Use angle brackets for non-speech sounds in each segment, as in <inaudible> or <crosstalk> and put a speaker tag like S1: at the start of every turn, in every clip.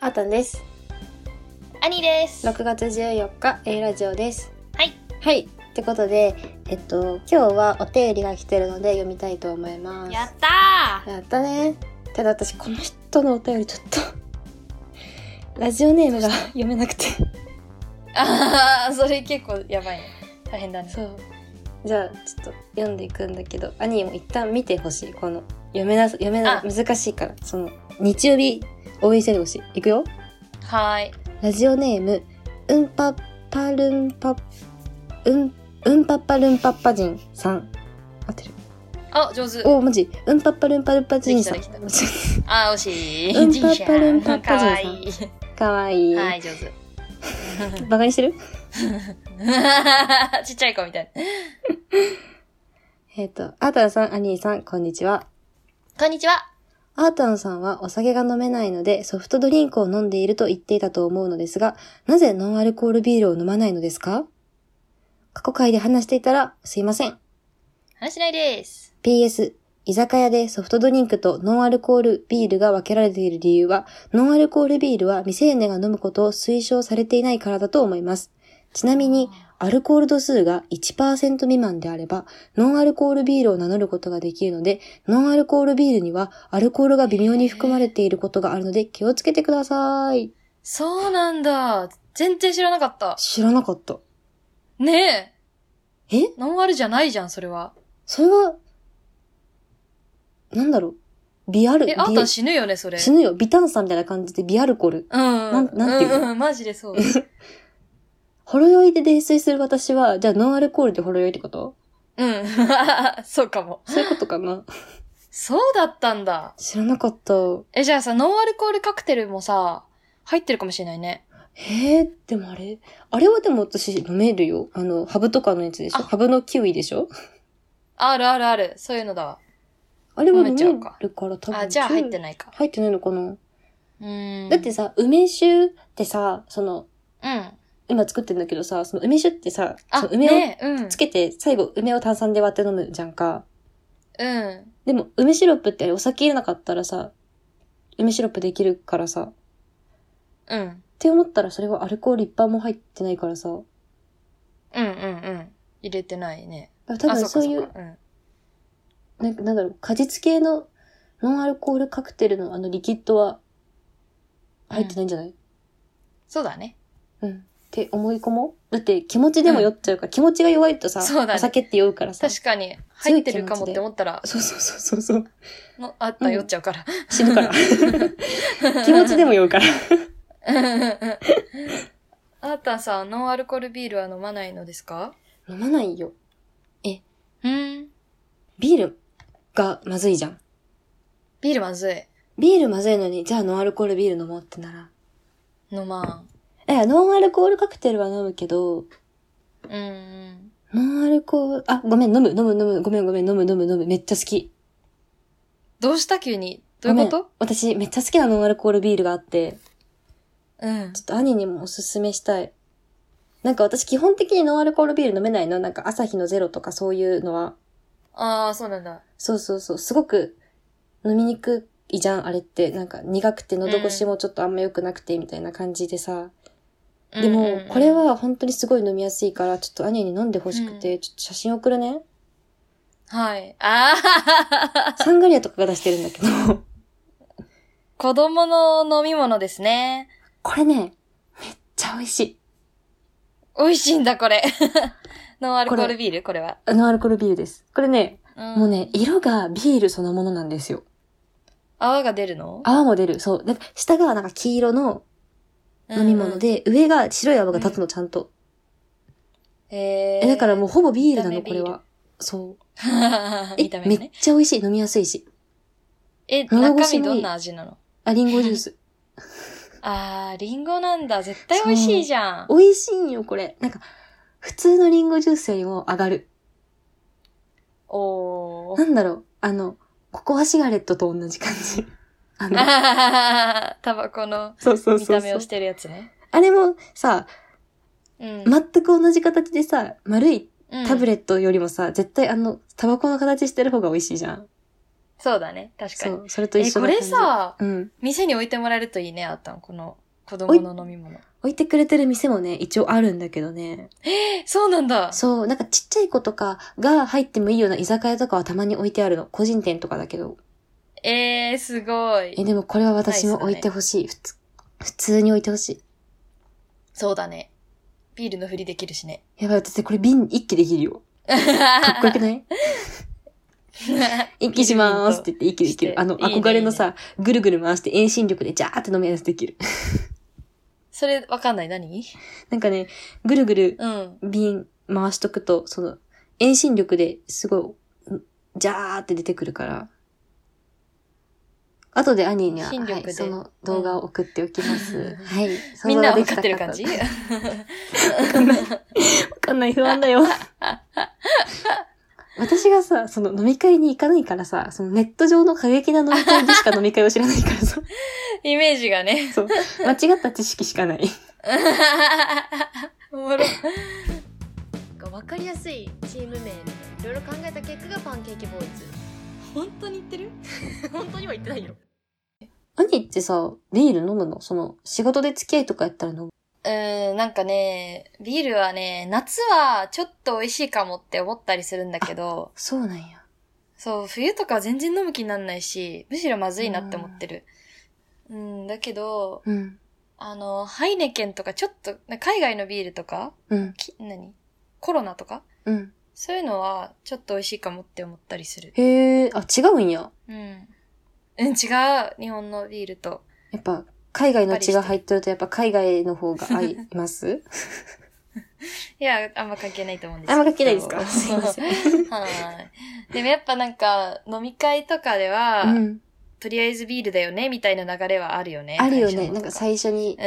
S1: あたんです。
S2: 兄です。
S1: 6月14日、A ラジオです。
S2: はい。
S1: はい。ってことで、えっと、今日はお便りが来てるので読みたいと思います。
S2: やった
S1: やったね。ただ私、この人のお便りちょっと、 <laughs> ラジオネームが読めなくて。
S2: ー。ああ、それ結構やばいね。大変だね。
S1: そう。じゃあ、ちょっと読んでいくんだけど、兄も一旦見てほしい。この、読めな、読めな、
S2: あ
S1: 難しいから。その、日曜日、応援しててほしい。いくよ。
S2: はーい。
S1: ラジオネーム、うんぱっぱるんぱ、うん、うんぱっぱるんぱっぱ人さん。合ってる。
S2: あ、上手。
S1: お、マジ。うんぱっぱるんぱるんぱ人さん
S2: できたで。あー、惜しい。
S1: うん
S2: じいちゃ
S1: パッパルンパッパ
S2: か
S1: ジン
S2: わ
S1: さん
S2: いい。
S1: <laughs> かわいい。
S2: はい、上手。 <laughs>
S1: バカにしてる
S2: ちっちゃい子みたい。
S1: えっ、と、あーたんさん、アニーさん、こんにちは。
S2: こんにちは。
S1: アータンさんはお酒が飲めないのでソフトドリンクを飲んでいると言っていたと思うのですが、なぜノンアルコールビールを飲まないのですか過去回で話していたらすいません。
S2: 話しないです。
S1: PS、居酒屋でソフトドリンクとノンアルコールビールが分けられている理由は、ノンアルコールビールは未成年が飲むことを推奨されていないからだと思います。ちなみに、アルコール度数が1%未満であれば、ノンアルコールビールを名乗ることができるので、ノンアルコールビールにはアルコールが微妙に含まれていることがあるので気をつけてください。
S2: そうなんだ。全然知らなかった。
S1: 知らなかった。
S2: ね
S1: え
S2: え。ノンアルじゃないじゃん、それは。
S1: それは、なんだろうビアル、
S2: え、あん
S1: ビ
S2: た死ぬよね、それ。
S1: 死ぬよ。ビタン酸みたいな感じでビアルコール。
S2: うん。なん
S1: なんていうの
S2: ん、マジでそう。
S1: ほろ酔いで泥酔する私は、じゃあノンアルコールでほろ酔いってこと
S2: うん。 <laughs> そうかも。
S1: そういうことか
S2: <laughs>
S1: な
S2: そうだったんだ。
S1: 知らなかった。
S2: え、じゃあさ、ノンアルコールカクテルもさ、入ってるかもしれないね。
S1: へえ、でもあれ、あれはでも私飲めるよ。あの、ハブとかのやつでしょ
S2: あ
S1: ハブのキウイでしょ
S2: あるあるある。そういうのだわ。
S1: あれは飲
S2: 飲め
S1: め
S2: ちゃうか
S1: るから多分。
S2: あ、じゃあ入って
S1: い。
S2: ないか。
S1: 入ってないのかな、
S2: うーん。
S1: だって、さ、梅酒ってさ、その、
S2: うん。
S1: 今作ってんだけどさ、その梅酒ってさ、そ
S2: あ
S1: の、梅を
S2: ねうん。
S1: つけて、最後梅を炭酸で割って飲むじゃんか。
S2: うん。
S1: でも、梅シロップってあれお酒入れなかったらさ、梅シロップできるからさ、
S2: うん。
S1: って思ったらそれはアルコール一般も入ってないからさ。
S2: うんうんうん。入れてないね。
S1: 多分
S2: あ
S1: そうい
S2: か
S1: う
S2: か、うん。
S1: なんかなんだろう、果実系のノンアルコールカクテルのあのリキッドは入ってないんじゃない、
S2: そうだね。
S1: うん、って思い込もうだって気持ちでも酔っちゃうから、気持ちが弱いとさ、
S2: そうだね
S1: お酒って酔うからさ。
S2: 確かに、
S1: 強
S2: 入
S1: い
S2: ってるかもって思ったら、
S1: そうそうそうそうそう。
S2: のあっ
S1: う
S2: た
S1: ん
S2: 酔っちゃうから。
S1: 死ぬから。 <laughs> 気持ちでも酔うから。
S2: <laughs> あなたさ、ノンアルコールビールは飲まないのですか
S1: 飲まないよ。
S2: うん。
S1: ビールがまずいじゃん。
S2: ビールまずい。
S1: ビールまずいのに、じゃあノンアルコールビール飲もうってなら。
S2: 飲まん。
S1: え、ノンアルコールカクテルは飲むけど、
S2: うんうん。
S1: ノンアルコール、あ、ごめん、飲む、飲む、飲む、ごめん、ごめん、飲む、飲む、飲む、めっちゃ好き。
S2: どうした急にどう
S1: ご
S2: いうこ
S1: めん
S2: と
S1: 私、めっちゃ好きなノンアルコールビールがあって、
S2: うん
S1: ちょ。っと兄にもおすすめしたい。なんか私、基本的にノンアルコールビール飲めないのなんか、朝日のゼロとかそういうのは。
S2: ああ、そうなんだ。
S1: そうそうそう、すごく飲みにくいじゃん、あれって。なんか、苦くて喉越しもちょっとあんま良くなくて、みたいな感じでさ。で
S2: う
S1: も、
S2: んうんうん
S1: これ、は本当にすごい飲みやすいから、ちょっと兄に飲んでほしくて、ちょっと写真送るね。
S2: はい。ああ、
S1: サンガリアとかが出してるんだけど。
S2: <laughs> 子供の飲み物ですね。
S1: これね、めっちゃ美味しい。
S2: 美味しいんだ、これ。 <laughs> ノンアルコールビールこれは。
S1: ノンアルコールビールです。これね、
S2: うん
S1: もうね、色がビールそのものなんですよ。
S2: 泡が出るの
S1: 泡も出る。そう。なんか下がなんか黄色の飲み物。で、上が白い泡が立つの、ちゃんと。
S2: うんえ
S1: え、だからもう
S2: <laughs>
S1: ほぼビールなの、
S2: 見た
S1: こ
S2: 目
S1: れ
S2: ビール
S1: は。そう。
S2: う
S1: え
S2: 見た目
S1: め
S2: が
S1: っ
S2: ね。
S1: ちゃ美味しい。飲みやすいし。
S2: え、
S1: 喉越
S2: 中
S1: し
S2: 身
S1: もいい
S2: どんな味なの
S1: あ、リンゴジュー
S2: <laughs>
S1: ス。
S2: あー、リンゴなんだ。絶対美味しいじゃん。
S1: 美味しいんよ、これ。なんか、普通のリンゴジュースよりも上がる。
S2: お
S1: <laughs> な
S2: ー。
S1: んだろう。あの、ココアシガレットと同じ感
S2: <laughs>
S1: じ。あの、
S2: あータバコの
S1: そうそう
S2: 見
S1: そう
S2: た目
S1: そ
S2: を
S1: う
S2: し。てるやつね。
S1: あれもさ、
S2: うん。
S1: 全く同じ形でさ、丸い
S2: うん
S1: タブレットよりもさ、絶対あの、タバコの形してる方が美味しいじゃん。
S2: そうだね。確か
S1: そ
S2: に。
S1: う、それと一
S2: え、
S1: 緒
S2: こ
S1: な感
S2: れ
S1: じ
S2: さ、
S1: うん。
S2: 店に置いてもらえるといいね、あったん。この子供の飲み物。
S1: 置いてくれてる店もね、一応あるんだけどね。
S2: え、そうなんだ。
S1: そう、なんかちっちゃい子とかが入ってもいいような居酒屋とかはたまに置いてあるの。個人店とかだけど。
S2: えー、すごい
S1: え、。でもこれは私も置いてほしい。普通、普通に置いてほし
S2: そうだね。ビールの振りできるしね。
S1: い。やばい、私これ瓶一気できるよ。かっこよくない一気しまーすって言って一気でき
S2: して
S1: る。あの、
S2: いいね
S1: 憧れのさ、ぐるぐる回して遠心力でジャーって飲むやつできる。
S2: <laughs>
S1: <laughs>
S2: それ、わかんない。何
S1: なんかね、ぐるぐる
S2: うん。
S1: 瓶回しとくと、その、遠心力ですごい、んジャーって出てくるから。後で兄には、
S2: 遠心力
S1: はい
S2: で
S1: その動画を送っておきます。
S2: うん
S1: はい。
S2: みんな
S1: 想像で
S2: 分
S1: き
S2: か
S1: た
S2: ってる
S1: <laughs>
S2: 感じ
S1: わかんない。わかんない、不安だ
S2: <laughs>
S1: よ。私がさ、その飲み会に行かないからさ、そのネット上の過激な飲み会でしか飲み会を知らないから
S2: <laughs>
S1: さ、
S2: イメージがね。
S1: そう、間違った知識しかない。
S2: おもろ。
S3: 分かりやすいチーム名みたいないろいろ考えた結果がパンケーキボーイ
S2: 本当に言ってる
S3: ズ <laughs> 本当には言ってないよ
S1: 兄ってさ、ビール飲むのその、仕事で付き合いとかやったら飲む。
S2: うーん、なんかね、ビールはね、夏はちょっと美味しいかもって思ったりするんだけど、
S1: そうなんや。
S2: そう、冬とかは全然飲む気になんないし、むしろまずいなって思ってる。うん、だけど、
S1: うん。
S2: あの、ハイネケンとかちょっと、な海外のビールとか、
S1: うん。
S2: き何コロナとか
S1: うん。
S2: そういうのはちょっと美味しいかもって思ったりする。
S1: へえ、あ、違うんや。
S2: うん。うん、違う。日本のビールと。
S1: やっぱ、海外の血が入ってると、やっぱ海外の方が合います
S2: いや、あんま関係ないと思うんです
S1: <laughs> あんま関係ないですかすい
S2: そう
S1: ません。
S2: <laughs> はい。でもやっぱなんか、飲み会とかでは、
S1: うん。
S2: とりあえずビールだよね、みたいな流れはあるよね。
S1: あるよ
S2: 最
S1: ね。
S2: 初の
S1: なん
S2: と
S1: か最初に。
S2: う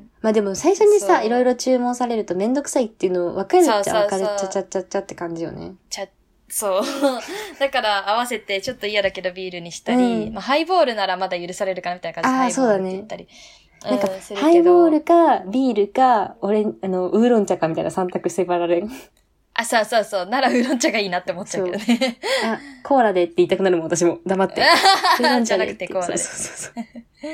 S2: ん。
S1: まあでも最初にさ、
S2: そう
S1: いろいろ注文されるとめんどくさいっていうの分かるっちゃ分かる
S2: そうそうそう
S1: ちゃちゃちゃちゃって感じよね。
S2: ちゃ、そう。 <laughs> だから合わせてちょっと嫌だけどビールにしたり、
S1: うん
S2: まあ、ハイボールならまだ許されるかなみたいな
S1: あー
S2: 感じで
S1: そうだ
S2: ハイボールっ
S1: ね
S2: て言ったり。
S1: なんか
S2: う、するけど
S1: ハイボールか、ビールか、俺、あの、ウーロン茶かみたいな三択迫られ <laughs> ん。
S2: あ、そうそうそう。ならウーロン茶がいいなって思っちゃうけどね。
S1: あ、コーラでって言いたくなるもん、私も。黙
S2: <laughs>
S1: って。ウーロン
S2: じゃ
S1: 茶
S2: な
S1: で
S2: く
S1: って
S2: てコーラで。
S1: そうそうそうそ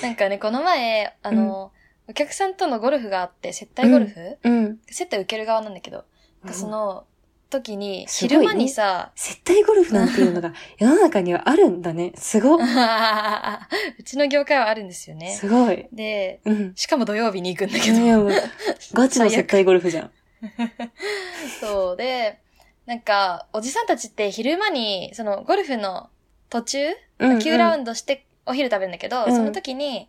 S1: う。
S2: なんかね、この前、あの、お客さんとのゴルフがあって、接待ゴルフ、
S1: うん。
S2: 接待受ける側なんだけど、なんかその時に、
S1: すごい
S2: 昼
S1: ね
S2: 間
S1: <laughs>
S2: にさ、 <laughs>
S1: 接待ゴルフなんていうのが世の中にはあるんだね。すご。
S2: うちの業界はあるんですよね。
S1: すごい。
S2: で、
S1: うん。
S2: しかも土曜日に行くんだけ
S1: い
S2: ど、
S1: や
S2: <laughs>
S1: もうガチの接待ゴルフじゃん。
S2: そうで、なんか、おじさんたちって昼間に、その、ゴルフの途中、
S1: うん
S2: 9ラウ
S1: ン
S2: ンドしてお昼食べるんだけど、
S1: うん
S2: その時に、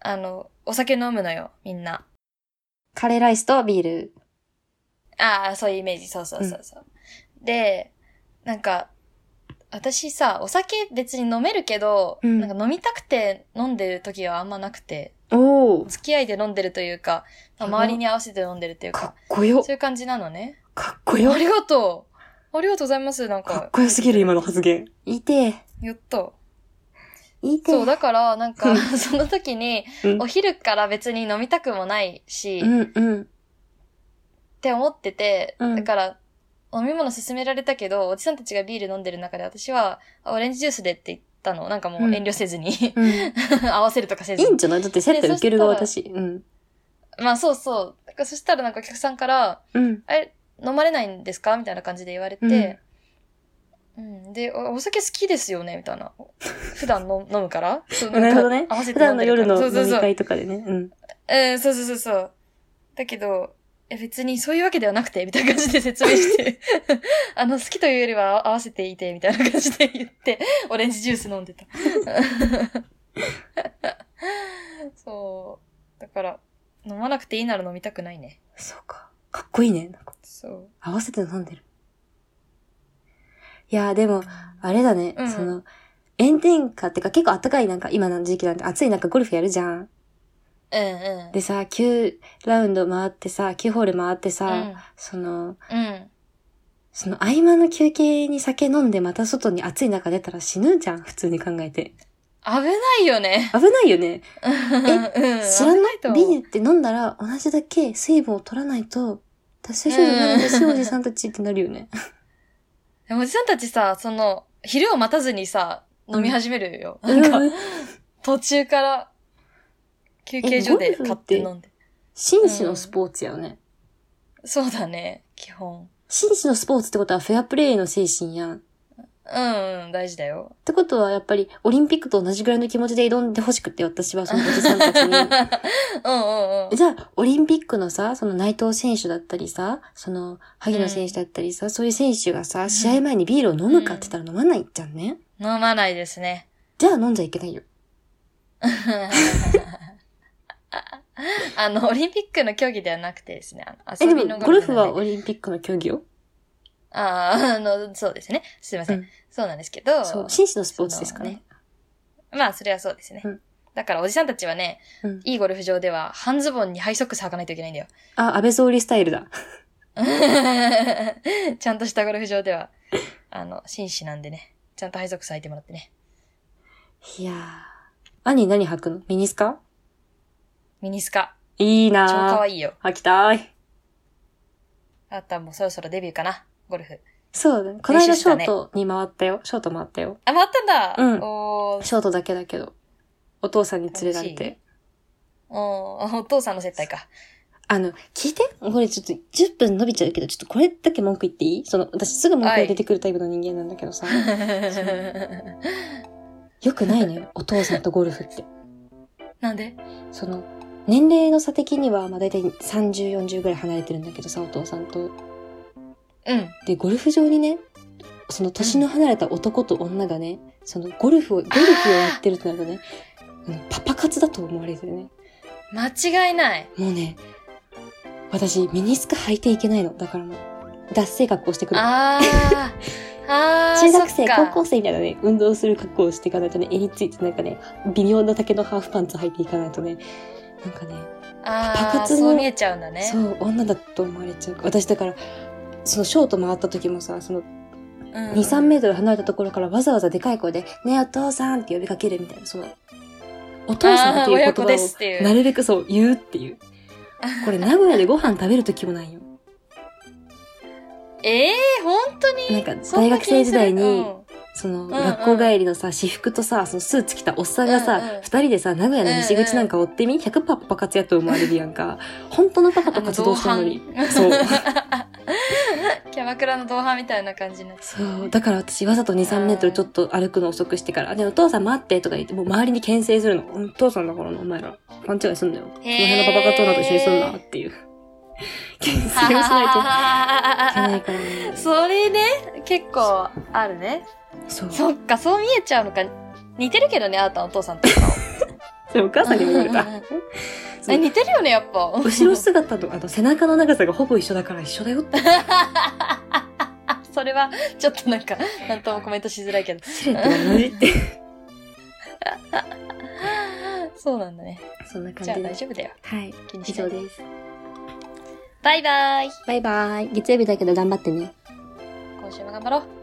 S2: あの、お酒飲むのよ、みんな。
S1: カレーライスとビール。
S2: ああ、そういうイメージ、そうそうそうそう。で、なんか、私さ、お酒別に飲めるけど、
S1: うん
S2: なんか飲みたくて飲んでる時はあんまなくて、
S1: おお。
S2: 付き合いで飲んでるというか、まあ
S1: やば
S2: 周りに合わせて飲んでるという
S1: か
S2: か
S1: っ、こよ
S2: そう。いう感じなのね。
S1: かっこ
S2: あ
S1: よ。
S2: りがとうありがとうございます、なんか。
S1: かっこよすぎる今の発言。いてえ。
S2: やった。
S1: いてえ。
S2: そう、だから、なんか
S1: うん、
S2: <laughs> その時に、
S1: うん
S2: お昼から別に飲みたくもないし、っ
S1: うんうん。
S2: て思ってて、
S1: うん
S2: だから、飲み物勧められたけど、おじさんたちがビール飲んでる中で私は、あオレンジジュースでって言ったの。なんかもう遠慮せずに、
S1: うん、
S2: <laughs> 合わせるとかせ
S1: い
S2: ず
S1: いん
S2: に。
S1: じゃないだって接待受ける側
S2: で
S1: だ
S2: そ
S1: し。うん。
S2: まあそうそう。だからそしたらなんかお客さんから、
S1: うん。
S2: あれ、飲まれないんですかみたいな感じで言われて、うん、でお、お酒好きですよねみたいな。 <laughs> 普段の飲むからそう
S1: なるほどね
S2: んか合わせ
S1: 普
S2: て飲
S1: 段
S2: ん
S1: の
S2: でるか
S1: 夜
S2: ら
S1: の
S2: そうそう
S1: 飲み
S2: そう。
S1: 会とかでね。うん。
S2: うん、そうそうそうそう。だけど、いや別にそういうわけではなくて、みたいな感じで説明
S1: <laughs>
S2: して、あの、好きというよりは合わせていて、みたいな感じで言って、オレンジジュース飲んでた。 <laughs> そう。だから、飲まなくていいなら飲みたくないね。
S1: そうか。かっこいいね。なんか
S2: そう。
S1: 合わせて飲んでる。いやーでも、あれだね。
S2: うん
S1: その、炎天下ってか結構暖かいなんか今の時期なんて暑い中ゴルフやるじゃん。
S2: うんうん。
S1: でさ、9ラウンド回ってさ、9ホール回って
S2: う
S1: さ、
S2: ん。
S1: その、
S2: うん。
S1: その合間の休憩に酒飲んでまた外に暑い中出たら死ぬじゃん、普通に考えて。
S2: 危ないよね。
S1: 危ないよね。
S2: うん。
S1: 知ら
S2: 危
S1: ない
S2: と思う
S1: ビールって飲んだら同じだけ水分を取らないと、脱水症状になるんですよ、
S2: うん
S1: おじさんたちってなるよね。
S2: でもおじさんたちさ、その、昼を待たずにさ、飲み始めるよ。
S1: うん
S2: <laughs> なんか、途中から、休憩所
S1: えゴル
S2: で
S1: フ
S2: 買
S1: っ
S2: ってて飲んで。
S1: 紳士のスポーツやよね。
S2: そうだね、基本。
S1: 紳士のスポーツってことはフェアプレイの精神やん。っ
S2: うん、うん、大事だよ。
S1: てことはやっぱりオリンピックと同じぐらいの気持ちで挑んでほしくって私はそのおじさんた
S2: <laughs>
S1: ちに。
S2: うんうんうん。
S1: じゃあ、オリンピックのさ、その内藤選手だったりさ、その萩野選手だったりさ、そういう選手がさ、試合前にビールを飲むかって言ったら飲まないじゃんね。
S2: 飲まないで
S1: <laughs>
S2: すね。
S1: じゃあ飲んじゃいけないよ。
S2: あの、オリンピックの競技ではなくてですね、あ
S1: え、
S2: の
S1: で
S2: 遊びの
S1: もゴルフ
S2: なん
S1: は
S2: で
S1: オリンピックの競技よ。
S2: ああ、あの、そうですね。すいません。
S1: うん
S2: そうなんですけど。
S1: そう。紳士のスポーツですからね。
S2: まあ、それはそうですね。
S1: うん
S2: だから、おじさんたちはね、
S1: うん
S2: いいゴルフ場では、半ズボンにハイソックス履かないといけないんだよ。 <laughs>
S1: あ、安倍総理スタイルだ。
S2: ちゃんとしたゴルフ場では、あの、紳士なんでね。ちゃんとハイソックス履いてもらってね。
S1: いやー。兄何履くのミニスカ
S2: ミニスカ。
S1: いい
S2: 超可
S1: なー。
S2: 愛いよ。
S1: 履きたーい。
S2: あとはもうそろそろデビューかな。ゴルフ。
S1: そうだね。この間
S2: 練習し
S1: ショ
S2: たね
S1: ートに回ったよ。ショート回ったよ。
S2: あ、回ったんだ、
S1: うん
S2: おー、
S1: ショートだけだけど。お父さんに連れられ
S2: 楽しい
S1: て。
S2: おーお父さんの接待か。
S1: あの、聞いてこれちょっと10分伸びちゃうけど、ちょっとこれだけ文句言っていいその、私すぐ文句が出てくるタイプの人間なんだけど
S2: <laughs>
S1: さ。よくないね。お父さんとゴルフって。
S2: なんで
S1: その、年齢の差的には、まあ大体30、40ぐらい離れてるんだけどさ、お父さんと。
S2: うん。
S1: で、ゴルフ場にね、その年の離れた男と女がね、そのゴルフを、ゴルフをやってるとなるとね、うんパパ活だと思われてるね。
S2: 間違いない。
S1: もうね、私、ミニスカ履いていけないの。だからもう、脱性格好してくる。<laughs>
S2: ああ。ああ。
S1: 中学生、
S2: そっか
S1: 高校生みたいなね、運動する格好をしていかないとね、襟ついてなんかね、微妙な丈のハーフパンツ履いていかないとね、なんかね、
S2: あ
S1: パ
S2: あ、
S1: 活の
S2: そう見えちゃうんだね。
S1: そう、女だと思われちゃう。私だから、そのショート回った時もさ、その
S2: うん
S1: 2、3メートル離れたところからわざわざでかい声で、ねえお父さんって呼びかけるみたいな、その、お父さんっていう言
S2: あー親子で
S1: 葉
S2: すってい
S1: を、
S2: う
S1: なるべくそう、言うっていう。これ名古屋でご飯食べる時もないよ。
S2: ええー、本当に
S1: なんか、
S2: そん
S1: 大
S2: な
S1: 学
S2: 気
S1: 生
S2: にす
S1: 時
S2: る
S1: 代
S2: う
S1: に、
S2: ん
S1: その、
S2: ん
S1: 学校帰りのさ、私服とさ、そのスーツ着たおっさんが
S2: うんう
S1: さ
S2: ん、
S1: 二、人でさ、名古屋の西口なんか追ってみ、100%パパ活やと思われるやんか。 <laughs> 本当のパパ
S2: あ
S1: と
S2: の
S1: 活動
S2: 同
S1: してんのに。
S2: 伴
S1: そう。
S2: <laughs> キャバクラの同伴みたいな感じになって
S1: そう。だから私、わざと2、3メートルちょっと歩くの遅くしてから、ね、お父さん待ってとか言って、もう周りに牽制するの。お父さんだからな、お前ら。勘違いすんだよ。その辺のパパ活女と一緒にすんなって
S2: <laughs>
S1: いう。牽制をしないといけないからね。
S2: <laughs> それね結構あるね
S1: そう。
S2: そっかそう見えちゃうのか似てるけどねあなたのお父
S1: <laughs>
S2: さんと
S1: でお母さんにも言われた。そう
S2: え似てるよねやっぱ
S1: 後ろ姿と、あと背中の長さがほぼ一緒だから一緒だよって。
S2: <laughs> それはちょっとなんかなんともコメントしづらいけど
S1: 失礼って同じって。
S2: <laughs> そうなんだね
S1: <laughs> そんな感
S2: じゃあ
S1: じ
S2: 大
S1: で。
S2: 丈夫だよ
S1: はい。
S2: 気に
S1: 以
S2: しな
S1: 上
S2: いで
S1: です。
S2: バイバイ
S1: バイバイ。月曜日だけど頑張ってね。
S2: 今週も頑張ろう